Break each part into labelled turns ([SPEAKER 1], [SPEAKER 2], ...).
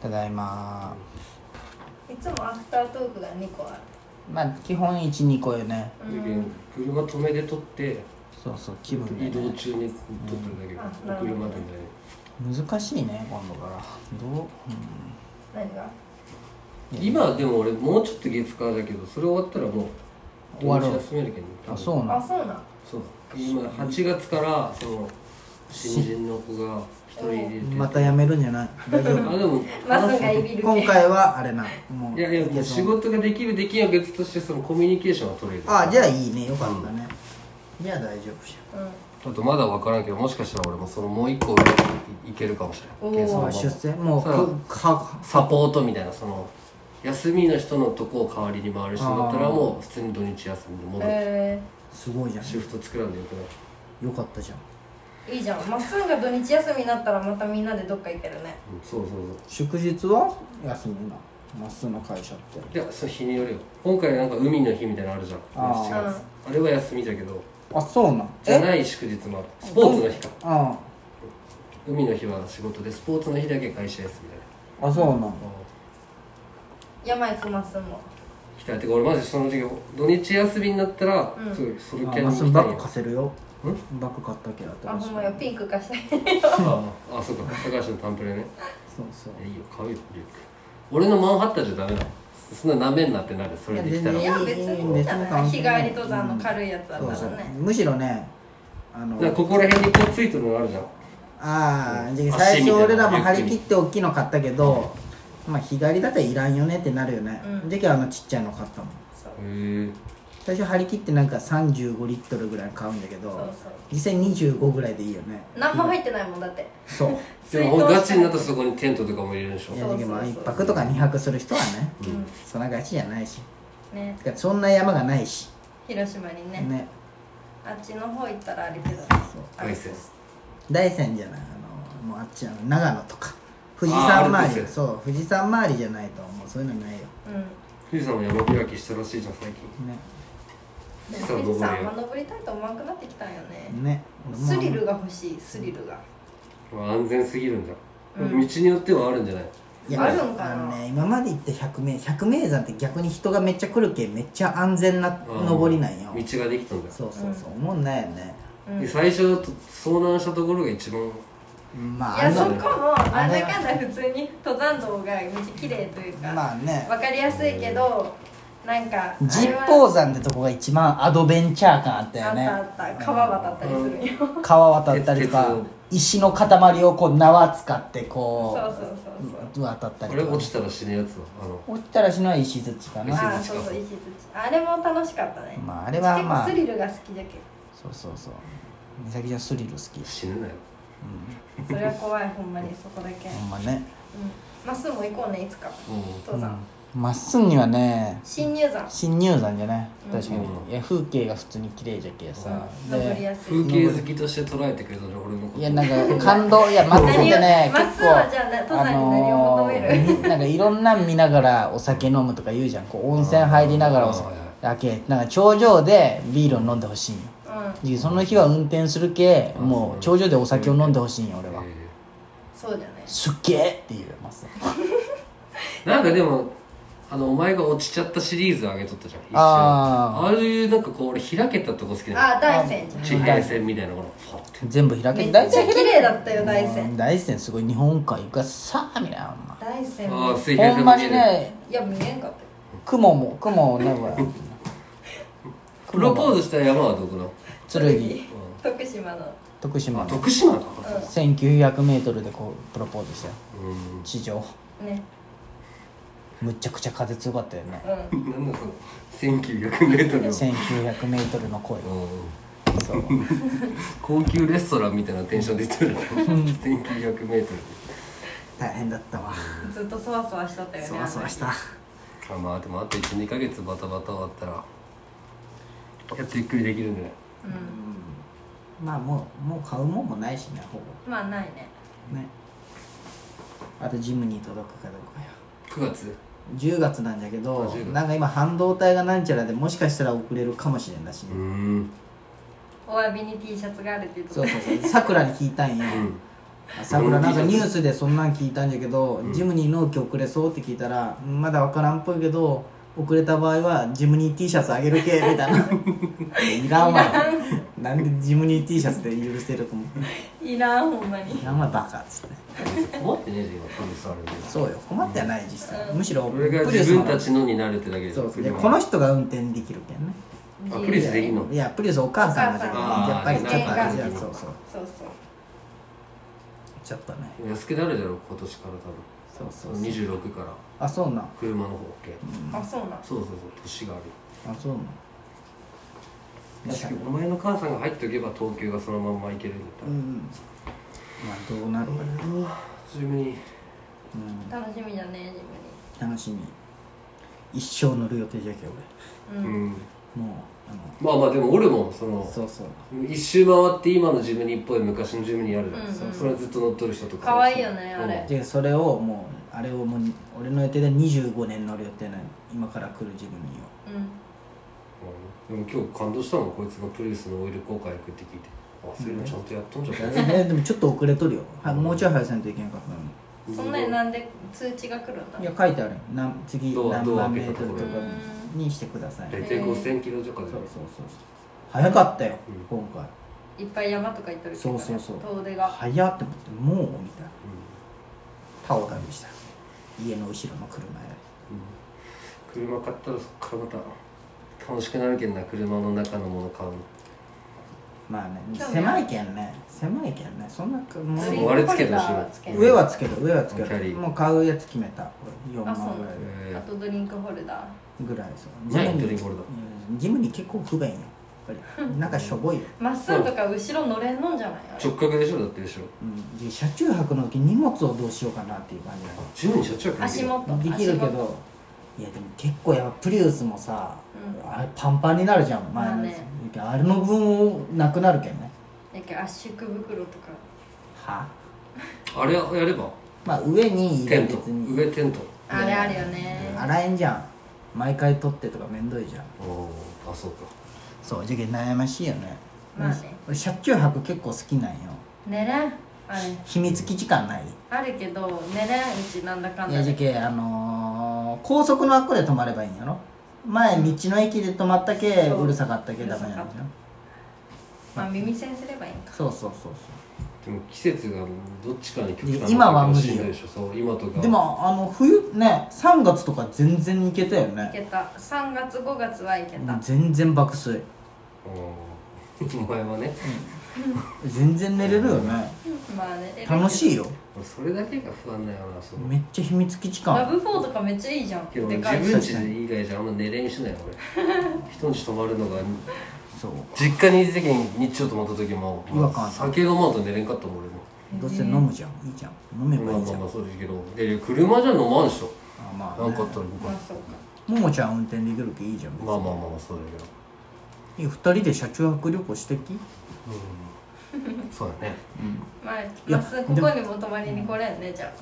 [SPEAKER 1] ただいま
[SPEAKER 2] いつもアフタートークが2個ある
[SPEAKER 1] まあ基本12個よね
[SPEAKER 2] う
[SPEAKER 3] で
[SPEAKER 2] ん
[SPEAKER 3] 車止めで撮って
[SPEAKER 1] そうそう気分で、
[SPEAKER 3] 移動
[SPEAKER 1] ね、
[SPEAKER 3] 中に撮ってるんだけど、
[SPEAKER 2] うん
[SPEAKER 3] 車でね
[SPEAKER 1] 難しいね今度からどう、う
[SPEAKER 2] 何が
[SPEAKER 1] ん、
[SPEAKER 3] 今でも俺もうちょっと月火だけどそれ終わったらもう
[SPEAKER 1] 終わる
[SPEAKER 3] 土日休めるけどね
[SPEAKER 1] あそうな
[SPEAKER 2] あ
[SPEAKER 1] ん
[SPEAKER 2] そうなん
[SPEAKER 3] そう今8月からその新人の子が一人入れて
[SPEAKER 1] また辞めるんじゃない大丈
[SPEAKER 3] あでも
[SPEAKER 2] マスがいびる
[SPEAKER 1] 夫今回はあれなもう
[SPEAKER 3] いやいやもう仕事ができるできないは別としてそのコミュニケーションは取れる
[SPEAKER 1] あじゃあいいねよかったね、じゃあ大丈夫じ
[SPEAKER 2] う
[SPEAKER 3] あとまだ分からんけどもしかしたら俺もそのもう一個上いいけるかもしれ
[SPEAKER 2] お
[SPEAKER 3] な
[SPEAKER 2] ー
[SPEAKER 3] い検査
[SPEAKER 1] ゃん
[SPEAKER 3] の
[SPEAKER 1] あ出世も
[SPEAKER 3] 場
[SPEAKER 1] う
[SPEAKER 3] そう
[SPEAKER 1] くか
[SPEAKER 3] サポートみたいなその休みの人のとこを代わりに回る人だったら
[SPEAKER 1] あー
[SPEAKER 3] もう普通に土日休みで
[SPEAKER 2] ん
[SPEAKER 3] 戻って
[SPEAKER 2] え
[SPEAKER 1] すごいじゃ
[SPEAKER 3] シフト作らんでよくない
[SPEAKER 1] んよかったじゃん
[SPEAKER 2] ー、いいじゃんまっすぐが土日休みになったらまたみんなでどっか行けるね
[SPEAKER 3] うんそうそうそう
[SPEAKER 1] 祝日は休みなまっすぐの会社って
[SPEAKER 3] いやその日によるよ今回なんか海の日みたいなのあるじゃん
[SPEAKER 1] あー
[SPEAKER 3] 7月あれは休みだけど
[SPEAKER 1] あそうなん
[SPEAKER 3] じゃない祝日もあるスポーツの日か
[SPEAKER 1] あ
[SPEAKER 3] 海の日は仕事でスポーツの日だけ会社休みだね
[SPEAKER 1] ああそうなん
[SPEAKER 2] 山行くまっすぐも
[SPEAKER 3] 来たいてか俺マジその時土日休みになったら、
[SPEAKER 2] うん
[SPEAKER 3] そうそれ
[SPEAKER 1] あ
[SPEAKER 3] キャ
[SPEAKER 1] ま
[SPEAKER 3] ン
[SPEAKER 1] っ
[SPEAKER 3] に
[SPEAKER 1] す
[SPEAKER 3] 来
[SPEAKER 1] ぐ
[SPEAKER 3] た
[SPEAKER 1] バッ
[SPEAKER 3] いよ
[SPEAKER 1] グ貸せるよバッグ買ったけど
[SPEAKER 2] あ
[SPEAKER 1] 新し
[SPEAKER 2] ほ
[SPEAKER 1] い
[SPEAKER 2] んまよピンク貸したいね
[SPEAKER 3] ああそうか高橋のタンプレね
[SPEAKER 1] そうそう
[SPEAKER 3] いやいいよ買うよリュック俺のマンハッタンじゃダメだそんな舐めんなってなるそれできたら
[SPEAKER 1] い
[SPEAKER 2] い
[SPEAKER 1] や
[SPEAKER 2] や
[SPEAKER 1] 全
[SPEAKER 2] 別
[SPEAKER 1] 然
[SPEAKER 2] にいいじゃない
[SPEAKER 1] 別
[SPEAKER 2] 日
[SPEAKER 1] に
[SPEAKER 2] 帰り登山の軽いやつだ
[SPEAKER 1] そう
[SPEAKER 2] った
[SPEAKER 1] そ
[SPEAKER 2] ら
[SPEAKER 1] う
[SPEAKER 2] ね
[SPEAKER 1] むしろねあの
[SPEAKER 3] なんかここら辺にこうついてるのがあるじゃん
[SPEAKER 1] ああ
[SPEAKER 3] うん
[SPEAKER 1] じゃあ最初
[SPEAKER 3] 足みたいな
[SPEAKER 1] 俺らも張り切って大きいの買ったけどまあ日帰りだったらいらんよねってなるよね
[SPEAKER 2] うん
[SPEAKER 1] じゃあ今日あのちっちゃいの買ったもん
[SPEAKER 2] そう
[SPEAKER 3] へえ
[SPEAKER 1] 最初張り切ってなんか35リットルぐらいの買うんだけ
[SPEAKER 2] そう
[SPEAKER 1] ど
[SPEAKER 2] そう
[SPEAKER 1] 実際25ぐらいでいいよね
[SPEAKER 2] 何も入ってないもんだって
[SPEAKER 1] そう
[SPEAKER 3] でもガチになったらそこにテントとかも入れるでしょ
[SPEAKER 1] い
[SPEAKER 2] そ
[SPEAKER 1] や
[SPEAKER 2] う
[SPEAKER 1] でも1泊とか2泊する人はね
[SPEAKER 3] うん
[SPEAKER 1] そんなガチじゃないし
[SPEAKER 2] ね
[SPEAKER 1] てかそんな山がないし
[SPEAKER 2] 広島にね
[SPEAKER 1] ね
[SPEAKER 2] あっちの方行ったらあれけど
[SPEAKER 1] そう
[SPEAKER 2] あ
[SPEAKER 3] 大山
[SPEAKER 1] 大山じゃないあのもうあっちあの長野とか富士
[SPEAKER 3] あ
[SPEAKER 1] 山
[SPEAKER 3] ーアルプス
[SPEAKER 1] 周りそう富士山周りじゃないともうそういうのないよ
[SPEAKER 2] うん
[SPEAKER 3] 富士山も山開きしたらしいじゃん最近
[SPEAKER 1] ね
[SPEAKER 2] で
[SPEAKER 3] さあ
[SPEAKER 2] 富
[SPEAKER 3] どこ
[SPEAKER 2] 士
[SPEAKER 3] で
[SPEAKER 2] 山あんま登りたいと思わなくなってきたんよね
[SPEAKER 1] ね俺も
[SPEAKER 2] スリルが欲しいスリルが
[SPEAKER 3] まあ安全すぎるんだ、
[SPEAKER 2] うん
[SPEAKER 3] 道によってはあるんじゃない
[SPEAKER 1] いや
[SPEAKER 2] あるんかな
[SPEAKER 1] あのね今まで行った百名百名山って逆に人がめっちゃ来るけんめっちゃ安全な
[SPEAKER 3] うん
[SPEAKER 1] 登りなんよ
[SPEAKER 3] 道ができたんだ
[SPEAKER 1] そうそうそう思んないよね
[SPEAKER 2] うん
[SPEAKER 3] で
[SPEAKER 2] い
[SPEAKER 3] 最初と遭難したところが一番
[SPEAKER 1] まああ
[SPEAKER 2] や
[SPEAKER 1] の
[SPEAKER 2] そこもなんだかんだ普通に登山道が道きれいというか
[SPEAKER 1] まあね
[SPEAKER 2] わかりやすいけどなんか
[SPEAKER 1] 十
[SPEAKER 2] あれ
[SPEAKER 1] 方
[SPEAKER 2] は
[SPEAKER 1] 山ってとこが一番アドベンチャー感あったよね
[SPEAKER 2] あったあった川渡ったりするんよ
[SPEAKER 1] 川渡ったりと
[SPEAKER 3] 鉄
[SPEAKER 1] か
[SPEAKER 3] 鉄を
[SPEAKER 1] 石の塊をこう縄使ってこ
[SPEAKER 2] そう
[SPEAKER 1] う
[SPEAKER 2] そうそうそう
[SPEAKER 1] 渡ったり
[SPEAKER 3] 俺
[SPEAKER 1] とか
[SPEAKER 3] 落ちたら死ぬやつはあの
[SPEAKER 1] 落ちたらしのは石槌かな
[SPEAKER 3] 石
[SPEAKER 2] ああ
[SPEAKER 3] 槌
[SPEAKER 2] そうそう石槌あれも楽しかったね
[SPEAKER 1] まああれはまあ
[SPEAKER 2] 結構スリルが好きじゃけ
[SPEAKER 1] そうそうそう美咲ちゃんスリル好きだし、
[SPEAKER 3] 死ぬなよ
[SPEAKER 2] んそれは怖いほんまにそこだけ
[SPEAKER 1] ほんまね
[SPEAKER 2] うんまっすぐも行こうねいつか
[SPEAKER 3] う
[SPEAKER 2] 登山
[SPEAKER 1] まっすぐにはね
[SPEAKER 2] 新入山
[SPEAKER 1] 新入山じゃね確かに、
[SPEAKER 3] うん
[SPEAKER 1] いや風景が普通に綺麗じゃけさ、
[SPEAKER 2] うん登り
[SPEAKER 1] で
[SPEAKER 2] やすい
[SPEAKER 3] ん、風景好きとして捉えてくれたね俺のこと
[SPEAKER 1] いやなんか感動いやまっすぐでね結
[SPEAKER 2] 何をまっすぐはじゃあな
[SPEAKER 1] 構
[SPEAKER 2] 登山に何を求める
[SPEAKER 1] ー なんかいろんなん見ながらお酒飲むとか言うじゃんこう温泉入りながらお酒
[SPEAKER 3] うん
[SPEAKER 1] だけなんか頂上でビールを飲んでほしいんよ
[SPEAKER 2] うん
[SPEAKER 1] でその日は運転するけ
[SPEAKER 3] うん
[SPEAKER 1] もう頂上でお酒を飲んでほしいんよ俺は
[SPEAKER 3] え
[SPEAKER 2] そうじゃない
[SPEAKER 1] すっげえって言います
[SPEAKER 3] ーなんかでもあのお前が落ちちゃったシリーズあげとったじゃん一緒に
[SPEAKER 1] あー
[SPEAKER 3] ああいうなんかこう俺開けたとこ好きだ
[SPEAKER 2] あ大山じゃん
[SPEAKER 3] 地平線みたいなのこのポッて
[SPEAKER 1] 全部開け
[SPEAKER 2] め
[SPEAKER 1] て
[SPEAKER 2] っちゃ
[SPEAKER 1] 開け
[SPEAKER 2] 綺麗だったよ大山
[SPEAKER 1] 大山すごい日本海がさあみたいな
[SPEAKER 2] 大
[SPEAKER 3] ああ
[SPEAKER 2] 山
[SPEAKER 3] 水
[SPEAKER 1] ほんまほんま
[SPEAKER 3] 平線も
[SPEAKER 1] に
[SPEAKER 3] 見える
[SPEAKER 1] ね
[SPEAKER 2] いや見えんかったよ
[SPEAKER 1] 雲も雲をねほら
[SPEAKER 3] プロポーズした山はどこなの
[SPEAKER 1] 剣
[SPEAKER 2] 徳島の
[SPEAKER 1] 徳島
[SPEAKER 3] あ
[SPEAKER 1] の
[SPEAKER 3] 徳島か
[SPEAKER 2] う
[SPEAKER 1] 1900m でこうプロポーズしたよ
[SPEAKER 3] うん
[SPEAKER 1] 地上
[SPEAKER 2] ね
[SPEAKER 1] むっちゃくちゃ風強かったよね
[SPEAKER 2] うん
[SPEAKER 3] なんだその1900メートルの
[SPEAKER 1] 1900m の声
[SPEAKER 3] うん
[SPEAKER 1] そう
[SPEAKER 3] 高級レストランみたいなテンションで言ってる1900メートル
[SPEAKER 1] 大変だったわ
[SPEAKER 2] ずっとそわそわしとったよね
[SPEAKER 1] そわそわした
[SPEAKER 3] あまあでもあと12ヶ月バタバタ終わったらやっとゆっくりできるんじゃない
[SPEAKER 2] うん
[SPEAKER 1] まあもうもう買うもんもないしねほ
[SPEAKER 2] まあないね
[SPEAKER 1] ぼねあとジムに届くかどうかよ
[SPEAKER 3] 9月
[SPEAKER 1] 10月なんだけ
[SPEAKER 3] あ
[SPEAKER 1] ど
[SPEAKER 3] 10月
[SPEAKER 1] なんか今半導体がなんちゃらでもしかしたら遅れるかもしれんだし
[SPEAKER 3] うー
[SPEAKER 1] ね
[SPEAKER 3] ん
[SPEAKER 2] お詫びに T シャツがあるって言うと
[SPEAKER 1] そうそうそうさくらに聞いたんよ
[SPEAKER 3] うん
[SPEAKER 1] 朝倉なんかニュースでそんなん聞いたんじゃけど、ジムニー納期遅れそうって聞いたらまだわからんっぽいけど遅れた場合はジムニー T シャツあげるけみたいな いらんわなんでジムニー T シャツで許せると思って
[SPEAKER 2] いらんほんまに
[SPEAKER 1] いらんわバカっつって
[SPEAKER 3] 困ってねえで今プリウスあるんで
[SPEAKER 1] そうよ困ってはない実際、むしろ
[SPEAKER 3] これが
[SPEAKER 1] プリウス
[SPEAKER 3] 自
[SPEAKER 1] の
[SPEAKER 3] 分たちのになるってだけです
[SPEAKER 1] そう
[SPEAKER 3] プリ
[SPEAKER 1] で
[SPEAKER 3] ウス
[SPEAKER 1] この人が運転できるけんね
[SPEAKER 3] あプリウスできんの
[SPEAKER 1] いやプリウスお母さんがじゃん
[SPEAKER 2] お
[SPEAKER 1] やっぱ
[SPEAKER 2] 母さ
[SPEAKER 1] り
[SPEAKER 2] ん
[SPEAKER 1] ちょ
[SPEAKER 2] が
[SPEAKER 1] っとあれじゃん
[SPEAKER 3] あー
[SPEAKER 1] そうそう
[SPEAKER 2] そうそう
[SPEAKER 1] ちょっとね
[SPEAKER 3] 安くなるだろう今年から
[SPEAKER 1] そうそ
[SPEAKER 3] 多
[SPEAKER 1] う
[SPEAKER 3] 分
[SPEAKER 1] そう
[SPEAKER 3] 26から
[SPEAKER 1] あそうなん
[SPEAKER 3] 車の方系
[SPEAKER 2] あそうなん
[SPEAKER 3] そうそうそう年がある
[SPEAKER 1] あそうなん
[SPEAKER 3] 確かにお前の母さんが入っておけば東急がそのまんま行けるんだった
[SPEAKER 1] うんうんまあどうなるかね、
[SPEAKER 3] らうわ自分に
[SPEAKER 1] うん、
[SPEAKER 2] 楽しみだね
[SPEAKER 1] 楽しみ一生乗る予定じゃけ
[SPEAKER 2] ジム
[SPEAKER 3] う
[SPEAKER 2] にうん
[SPEAKER 3] ん
[SPEAKER 1] 俺もうあ
[SPEAKER 3] まあまあでも俺もその
[SPEAKER 1] のそうそう
[SPEAKER 3] 一周回って今の自分にっぽい昔の自分にあるじゃないですか、
[SPEAKER 2] うんうん
[SPEAKER 3] それはずっと乗っとる人とか
[SPEAKER 2] 可愛いよねあれ
[SPEAKER 1] でそれをもうあれをもう俺の予定で25年乗る予定なの今から来る自分によ
[SPEAKER 3] うんうんでも今日感動したもんこいつがプリウスのオイル交換行くって聞いてあそういうのちゃんとやっとんじゃん、
[SPEAKER 1] えでもちょっと遅れとるよはもうちょい早せんといけんかったのに
[SPEAKER 2] うんそんなになんで通知が来るんだ
[SPEAKER 1] いや書いてあるよなん次
[SPEAKER 3] ドア
[SPEAKER 1] 何
[SPEAKER 3] ドア
[SPEAKER 1] 番
[SPEAKER 3] 開
[SPEAKER 1] メ
[SPEAKER 3] け
[SPEAKER 1] ー
[SPEAKER 3] た
[SPEAKER 1] トルとか
[SPEAKER 3] ところ
[SPEAKER 1] にしてください
[SPEAKER 3] 大
[SPEAKER 1] ね
[SPEAKER 3] 体5000キロ
[SPEAKER 1] そうそうそう
[SPEAKER 3] とかで、
[SPEAKER 1] そう早かったよ、今回
[SPEAKER 2] いっぱい山とか行っとるけどね
[SPEAKER 1] そうそうそう
[SPEAKER 2] 遠出が
[SPEAKER 1] 早って思ってもうみたいなタオルでした家の後ろの車よ
[SPEAKER 3] うんうん、車買ったらそっからまた楽しくなるけんな車の中のもの買うの
[SPEAKER 1] りまあね
[SPEAKER 2] そうね
[SPEAKER 1] 狭いけんね狭いけんねそんなかもう
[SPEAKER 3] そう割り付けてほしいわ
[SPEAKER 2] ドリンクホルダー
[SPEAKER 1] 上はつける上はつけ
[SPEAKER 3] キャリ
[SPEAKER 1] る
[SPEAKER 3] ー
[SPEAKER 1] もう買うやつ決めた4
[SPEAKER 2] あそうな
[SPEAKER 1] 万
[SPEAKER 2] ん
[SPEAKER 1] ぐ
[SPEAKER 2] だ
[SPEAKER 1] らい
[SPEAKER 3] え
[SPEAKER 2] あとドリンクホルダー
[SPEAKER 1] ぐらいそう
[SPEAKER 3] ない
[SPEAKER 1] ジ
[SPEAKER 3] ド
[SPEAKER 1] ム
[SPEAKER 3] リン
[SPEAKER 1] に
[SPEAKER 3] クホルダー
[SPEAKER 1] うんジムに結構不便よやっぱりなんかしょぼいよ、
[SPEAKER 2] まっすぐとか後ろ乗れんのんじゃないあれ
[SPEAKER 3] 直角でしょだってでしょ
[SPEAKER 1] うん、で車中泊の時荷物をどうしようかなっていう感じだ
[SPEAKER 3] あ自由に車中泊
[SPEAKER 2] 足元
[SPEAKER 1] できるけ
[SPEAKER 2] 足元
[SPEAKER 1] どいやでも結構やっぱプリウスもさ、
[SPEAKER 2] う
[SPEAKER 1] あれパンパンになるじゃん前のやつ、あれの分をなくなるけんね
[SPEAKER 2] やけん圧縮袋とか
[SPEAKER 1] は
[SPEAKER 3] あれやれば
[SPEAKER 1] まあ上に
[SPEAKER 3] テン
[SPEAKER 1] 別
[SPEAKER 3] ト
[SPEAKER 1] に
[SPEAKER 3] 上テント
[SPEAKER 2] あれあるよね
[SPEAKER 1] 洗えんじゃん毎回取ってとかめんどいじゃん
[SPEAKER 3] おおあそうか
[SPEAKER 1] そうじゃけん悩ましいよね
[SPEAKER 2] まあね
[SPEAKER 1] 俺車中泊結構好きなんよ
[SPEAKER 2] 寝れんあれ
[SPEAKER 1] 秘密基地感ない
[SPEAKER 2] あるけど寝れんうちなんだかん
[SPEAKER 1] い
[SPEAKER 2] だ
[SPEAKER 1] やじゃ
[SPEAKER 2] で
[SPEAKER 1] けあのー、高速のあっこで泊まればいいんやろ前道の駅で泊まったけ
[SPEAKER 2] そう
[SPEAKER 1] うるさかったけダメなん
[SPEAKER 2] うる
[SPEAKER 1] じ
[SPEAKER 2] さ
[SPEAKER 1] ゃ
[SPEAKER 2] か
[SPEAKER 1] ん
[SPEAKER 2] まあ耳栓すればいいんか
[SPEAKER 1] そうそうそう
[SPEAKER 3] でも季節がどっちかに極
[SPEAKER 1] いや今は無理よ
[SPEAKER 3] しんどいでしょそう今と
[SPEAKER 1] そう
[SPEAKER 3] か
[SPEAKER 1] でもあの冬ね3月とか全然行けたよ
[SPEAKER 2] いけ
[SPEAKER 1] ね
[SPEAKER 2] た3月5月はいけた
[SPEAKER 1] 全然爆睡
[SPEAKER 3] うんお 前はね
[SPEAKER 1] 全然寝れるよね
[SPEAKER 2] まあね
[SPEAKER 1] 楽しい
[SPEAKER 2] よ
[SPEAKER 1] よ
[SPEAKER 3] それだけが不安だよなその
[SPEAKER 1] めっちゃ秘密基地感あ
[SPEAKER 2] ラ
[SPEAKER 1] る
[SPEAKER 2] ブフォーとかめっちゃいいじゃん
[SPEAKER 3] けど
[SPEAKER 2] で
[SPEAKER 3] 自
[SPEAKER 2] かい
[SPEAKER 3] 分家以外じゃあんま寝れんしない俺 人ん家泊まるのが
[SPEAKER 1] そう
[SPEAKER 3] 実家にいる時に日中泊まった時も
[SPEAKER 1] 違和感
[SPEAKER 3] 酒飲まんと寝れんかったもん俺も
[SPEAKER 1] どうせ飲むじゃんいいじゃん飲めば
[SPEAKER 3] まあ
[SPEAKER 1] いいじ
[SPEAKER 3] ま
[SPEAKER 1] ゃん
[SPEAKER 3] あまあそうですけどいや車じゃ飲まんでしょ
[SPEAKER 1] あまあ、
[SPEAKER 3] なんかあ
[SPEAKER 1] ね
[SPEAKER 3] っ、たら僕
[SPEAKER 2] ま
[SPEAKER 3] は
[SPEAKER 2] あそうか
[SPEAKER 1] ももちゃん運転できるけいいじゃん、
[SPEAKER 3] まあまあまあまあそうだけど
[SPEAKER 1] いいよ二人で車中泊旅行してき
[SPEAKER 3] うんそうだね
[SPEAKER 2] まあ
[SPEAKER 1] や
[SPEAKER 2] まっすぐここにも泊まりに来れんねじゃ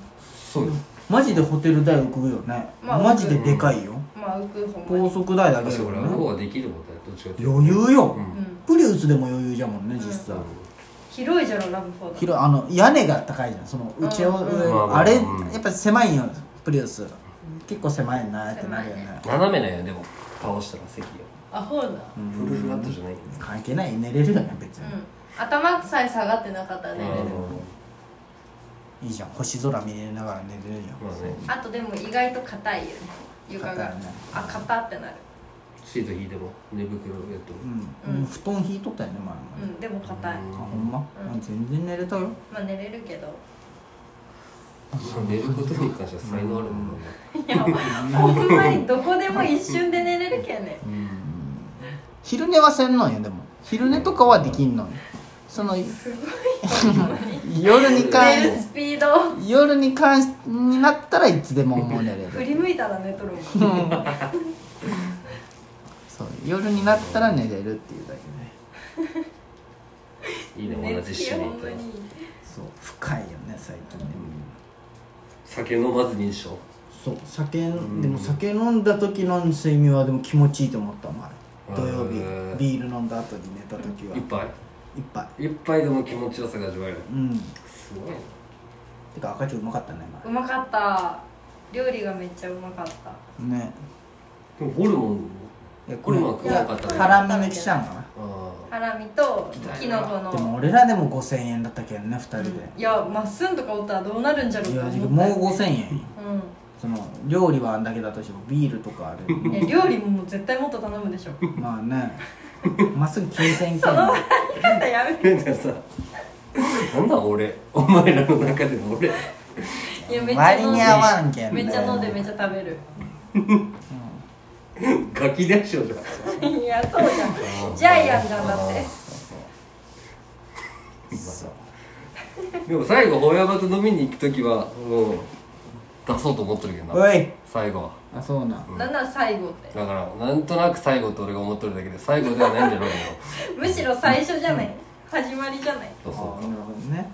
[SPEAKER 3] そうよ
[SPEAKER 1] マジでホテル代浮くよね、
[SPEAKER 2] まあ
[SPEAKER 1] マジででかいよ、
[SPEAKER 2] あまあ浮くほんま
[SPEAKER 1] 高
[SPEAKER 2] に
[SPEAKER 1] 速代だけ
[SPEAKER 3] 確
[SPEAKER 1] だ
[SPEAKER 3] か
[SPEAKER 1] よ
[SPEAKER 3] に俺あの方
[SPEAKER 1] ね
[SPEAKER 3] ができるもんだよどっちかっていうと
[SPEAKER 1] 余裕よ、
[SPEAKER 3] うん
[SPEAKER 2] うん
[SPEAKER 1] プリウスでも余裕じゃもんね実際、
[SPEAKER 2] 広いじゃろラブフォーだ
[SPEAKER 1] 広いあの屋根が高いじゃんそのうちを、
[SPEAKER 2] うん
[SPEAKER 1] 上
[SPEAKER 3] まあまあ
[SPEAKER 1] あれや
[SPEAKER 3] うん
[SPEAKER 1] っぱ狭いよプリウス結構狭いなってなるよね
[SPEAKER 2] 狭
[SPEAKER 3] 斜めなんやでも倒したら席よ
[SPEAKER 2] あほうだ
[SPEAKER 1] う
[SPEAKER 3] フルフラット
[SPEAKER 1] ん
[SPEAKER 3] じゃないんだよ
[SPEAKER 1] 関係ない寝れるよね別
[SPEAKER 2] う
[SPEAKER 1] に、
[SPEAKER 2] ん頭さえ下がってなかったら
[SPEAKER 3] あ
[SPEAKER 2] 寝れ
[SPEAKER 3] の
[SPEAKER 2] る
[SPEAKER 1] いいじゃん星空見れながら寝れるじゃん、
[SPEAKER 3] まあね
[SPEAKER 2] あとでも意外と硬いよね床が
[SPEAKER 1] 硬いね
[SPEAKER 2] あ硬ってなる
[SPEAKER 3] シート引いても寝袋やっても
[SPEAKER 1] うん、
[SPEAKER 2] うん
[SPEAKER 1] 布団引いとったよね前も、
[SPEAKER 2] うんでも硬い
[SPEAKER 3] うん
[SPEAKER 1] あほんま、
[SPEAKER 2] うん
[SPEAKER 1] あ全然寝れたよ
[SPEAKER 2] まあ寝れるけど
[SPEAKER 3] そう寝ることに関しては才能あるもんな、
[SPEAKER 2] いやほんまにどこでも一瞬で寝れるけんね
[SPEAKER 1] 昼寝はせんのんよでも昼寝とかはできんのんよその
[SPEAKER 2] すごい
[SPEAKER 1] 夜に関
[SPEAKER 2] 寝るスピード
[SPEAKER 1] 夜に関しになったらいつでももう寝れ
[SPEAKER 2] 振
[SPEAKER 1] る
[SPEAKER 2] り向いたら寝とるもん
[SPEAKER 1] そう夜になったら寝れるっていうだけね
[SPEAKER 3] いいね同じ趣味
[SPEAKER 2] ほ
[SPEAKER 3] み
[SPEAKER 2] ん
[SPEAKER 3] た
[SPEAKER 2] ま
[SPEAKER 3] いな
[SPEAKER 2] に
[SPEAKER 1] そう深いよね最近ね
[SPEAKER 3] 酒飲まずにでしょ
[SPEAKER 1] そう酒で
[SPEAKER 3] ん
[SPEAKER 1] も酒飲んだ時の睡眠はでも気持ちいいと思った前土曜
[SPEAKER 3] へ
[SPEAKER 1] 日
[SPEAKER 3] ー
[SPEAKER 1] ビール飲んだ後に寝た時は
[SPEAKER 3] 一杯
[SPEAKER 1] 一杯
[SPEAKER 3] 一杯でも気持ちよさが味わえる
[SPEAKER 1] うん
[SPEAKER 3] すごいな
[SPEAKER 1] てか赤ちょうまかったね
[SPEAKER 2] うまかった料理がめっちゃうまかった
[SPEAKER 1] 前ね
[SPEAKER 3] でもホルモン
[SPEAKER 1] え
[SPEAKER 3] これも食わなかったね
[SPEAKER 1] ハラミ抜きしたんかな
[SPEAKER 3] ああ
[SPEAKER 2] ハラミとキノコの
[SPEAKER 1] でも俺らでも5000円だったけんね2人で、
[SPEAKER 2] うんいやまっすんとかおったらどうなるんじゃろう
[SPEAKER 1] い
[SPEAKER 2] と
[SPEAKER 1] や
[SPEAKER 2] 思った
[SPEAKER 1] も
[SPEAKER 2] よ
[SPEAKER 1] う5000円よ
[SPEAKER 2] うん
[SPEAKER 1] その料理はあんだけだとしてもビールとかある
[SPEAKER 2] え料理ももう絶対もっと頼む でしょ
[SPEAKER 1] まあねまっすぐ9000円
[SPEAKER 2] その
[SPEAKER 1] か
[SPEAKER 2] 笑い方やめて
[SPEAKER 3] なんかさなんだ俺お前らの中でも俺
[SPEAKER 2] いやめっちゃ
[SPEAKER 1] 割
[SPEAKER 2] 飲ん
[SPEAKER 1] に
[SPEAKER 2] で
[SPEAKER 1] 合わんけん
[SPEAKER 2] め
[SPEAKER 1] ね
[SPEAKER 2] っちゃ飲んでめっちゃ食べる
[SPEAKER 3] ガキ大将じゃん
[SPEAKER 2] いやそうじゃんジャイアンじゃんだって
[SPEAKER 1] そう
[SPEAKER 3] でも最後大山と飲みに行く時はもう出そうと思ってるけど
[SPEAKER 1] お
[SPEAKER 3] ない最後は
[SPEAKER 1] あそうなん
[SPEAKER 2] なんなら最後って
[SPEAKER 3] だからなんとなく最後って俺が思っとるだけで最後ではないんじゃ ないの
[SPEAKER 2] むしろ最初じゃない始まりじゃない
[SPEAKER 3] そう
[SPEAKER 1] あ
[SPEAKER 3] そ
[SPEAKER 1] なるほどね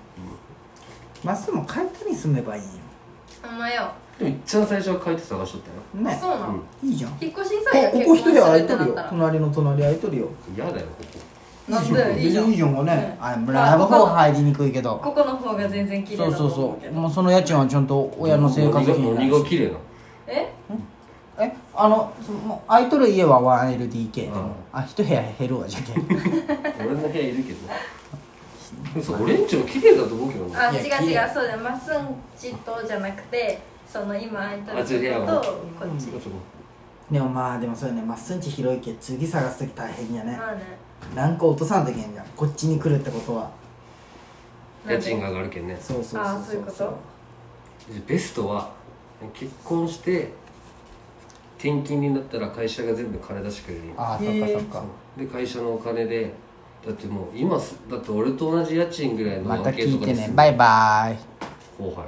[SPEAKER 1] まっすぐも帰ったに住めばいいよ
[SPEAKER 2] ほんまよ
[SPEAKER 3] うでも一番最初は書いて探しとったよ
[SPEAKER 1] ね
[SPEAKER 2] そうなの、
[SPEAKER 3] うん
[SPEAKER 1] いいじゃん
[SPEAKER 2] 引っ越し作
[SPEAKER 1] え
[SPEAKER 2] 業
[SPEAKER 1] ここ一人空い
[SPEAKER 2] っ
[SPEAKER 1] と
[SPEAKER 2] て
[SPEAKER 1] る
[SPEAKER 2] なっ
[SPEAKER 1] よ
[SPEAKER 2] たら
[SPEAKER 1] 隣の隣空いとるよ
[SPEAKER 3] 嫌だよこ
[SPEAKER 2] なんでいいじゃん
[SPEAKER 1] いいじゃんがねあれ村の方入りにくいけど
[SPEAKER 2] ここの方が全然綺
[SPEAKER 1] そ
[SPEAKER 2] 麗
[SPEAKER 1] う
[SPEAKER 2] だ
[SPEAKER 1] そ
[SPEAKER 2] と
[SPEAKER 1] う
[SPEAKER 2] 思う
[SPEAKER 1] そ
[SPEAKER 2] け
[SPEAKER 1] う
[SPEAKER 2] ど
[SPEAKER 1] もうその家賃はちゃんと
[SPEAKER 3] こ
[SPEAKER 1] 親の生活費にな
[SPEAKER 3] 鬼
[SPEAKER 1] る
[SPEAKER 3] が
[SPEAKER 1] し
[SPEAKER 3] 綺麗な
[SPEAKER 2] え
[SPEAKER 1] えあのそもう空いとる家は 1LDK で
[SPEAKER 3] うん
[SPEAKER 1] もあ一部屋減るわじゃけ んい
[SPEAKER 3] 俺の部屋いるけどでもさ俺んちも綺麗だと思うけどな
[SPEAKER 2] あ
[SPEAKER 1] いや
[SPEAKER 2] 違う
[SPEAKER 1] 綺
[SPEAKER 2] 違
[SPEAKER 1] 麗
[SPEAKER 2] うそうだよまっすんちとじゃなくてその今空いて
[SPEAKER 3] あ違う部
[SPEAKER 2] る
[SPEAKER 3] 屋
[SPEAKER 2] と
[SPEAKER 3] は
[SPEAKER 2] こっち、
[SPEAKER 1] でもまあでもそうよねまっすんち広いけ次探す時大変やね
[SPEAKER 2] まあね
[SPEAKER 1] 何個落とさんといけんじゃんこっちに来るってことは
[SPEAKER 3] 家賃が上がるけんね
[SPEAKER 1] そうそう
[SPEAKER 2] ああ
[SPEAKER 1] そ
[SPEAKER 2] そういうう
[SPEAKER 1] そ
[SPEAKER 2] こ
[SPEAKER 1] うそう
[SPEAKER 2] と
[SPEAKER 3] ベストは結婚して転勤になったら会社が全部金出してくれる
[SPEAKER 1] ああそっかそっか
[SPEAKER 3] で会社のお金でだってもう今すだって俺と同じ家賃ぐらいの
[SPEAKER 1] また聞いて
[SPEAKER 3] に
[SPEAKER 1] ね
[SPEAKER 3] 住む
[SPEAKER 1] バイバーイ
[SPEAKER 3] 後輩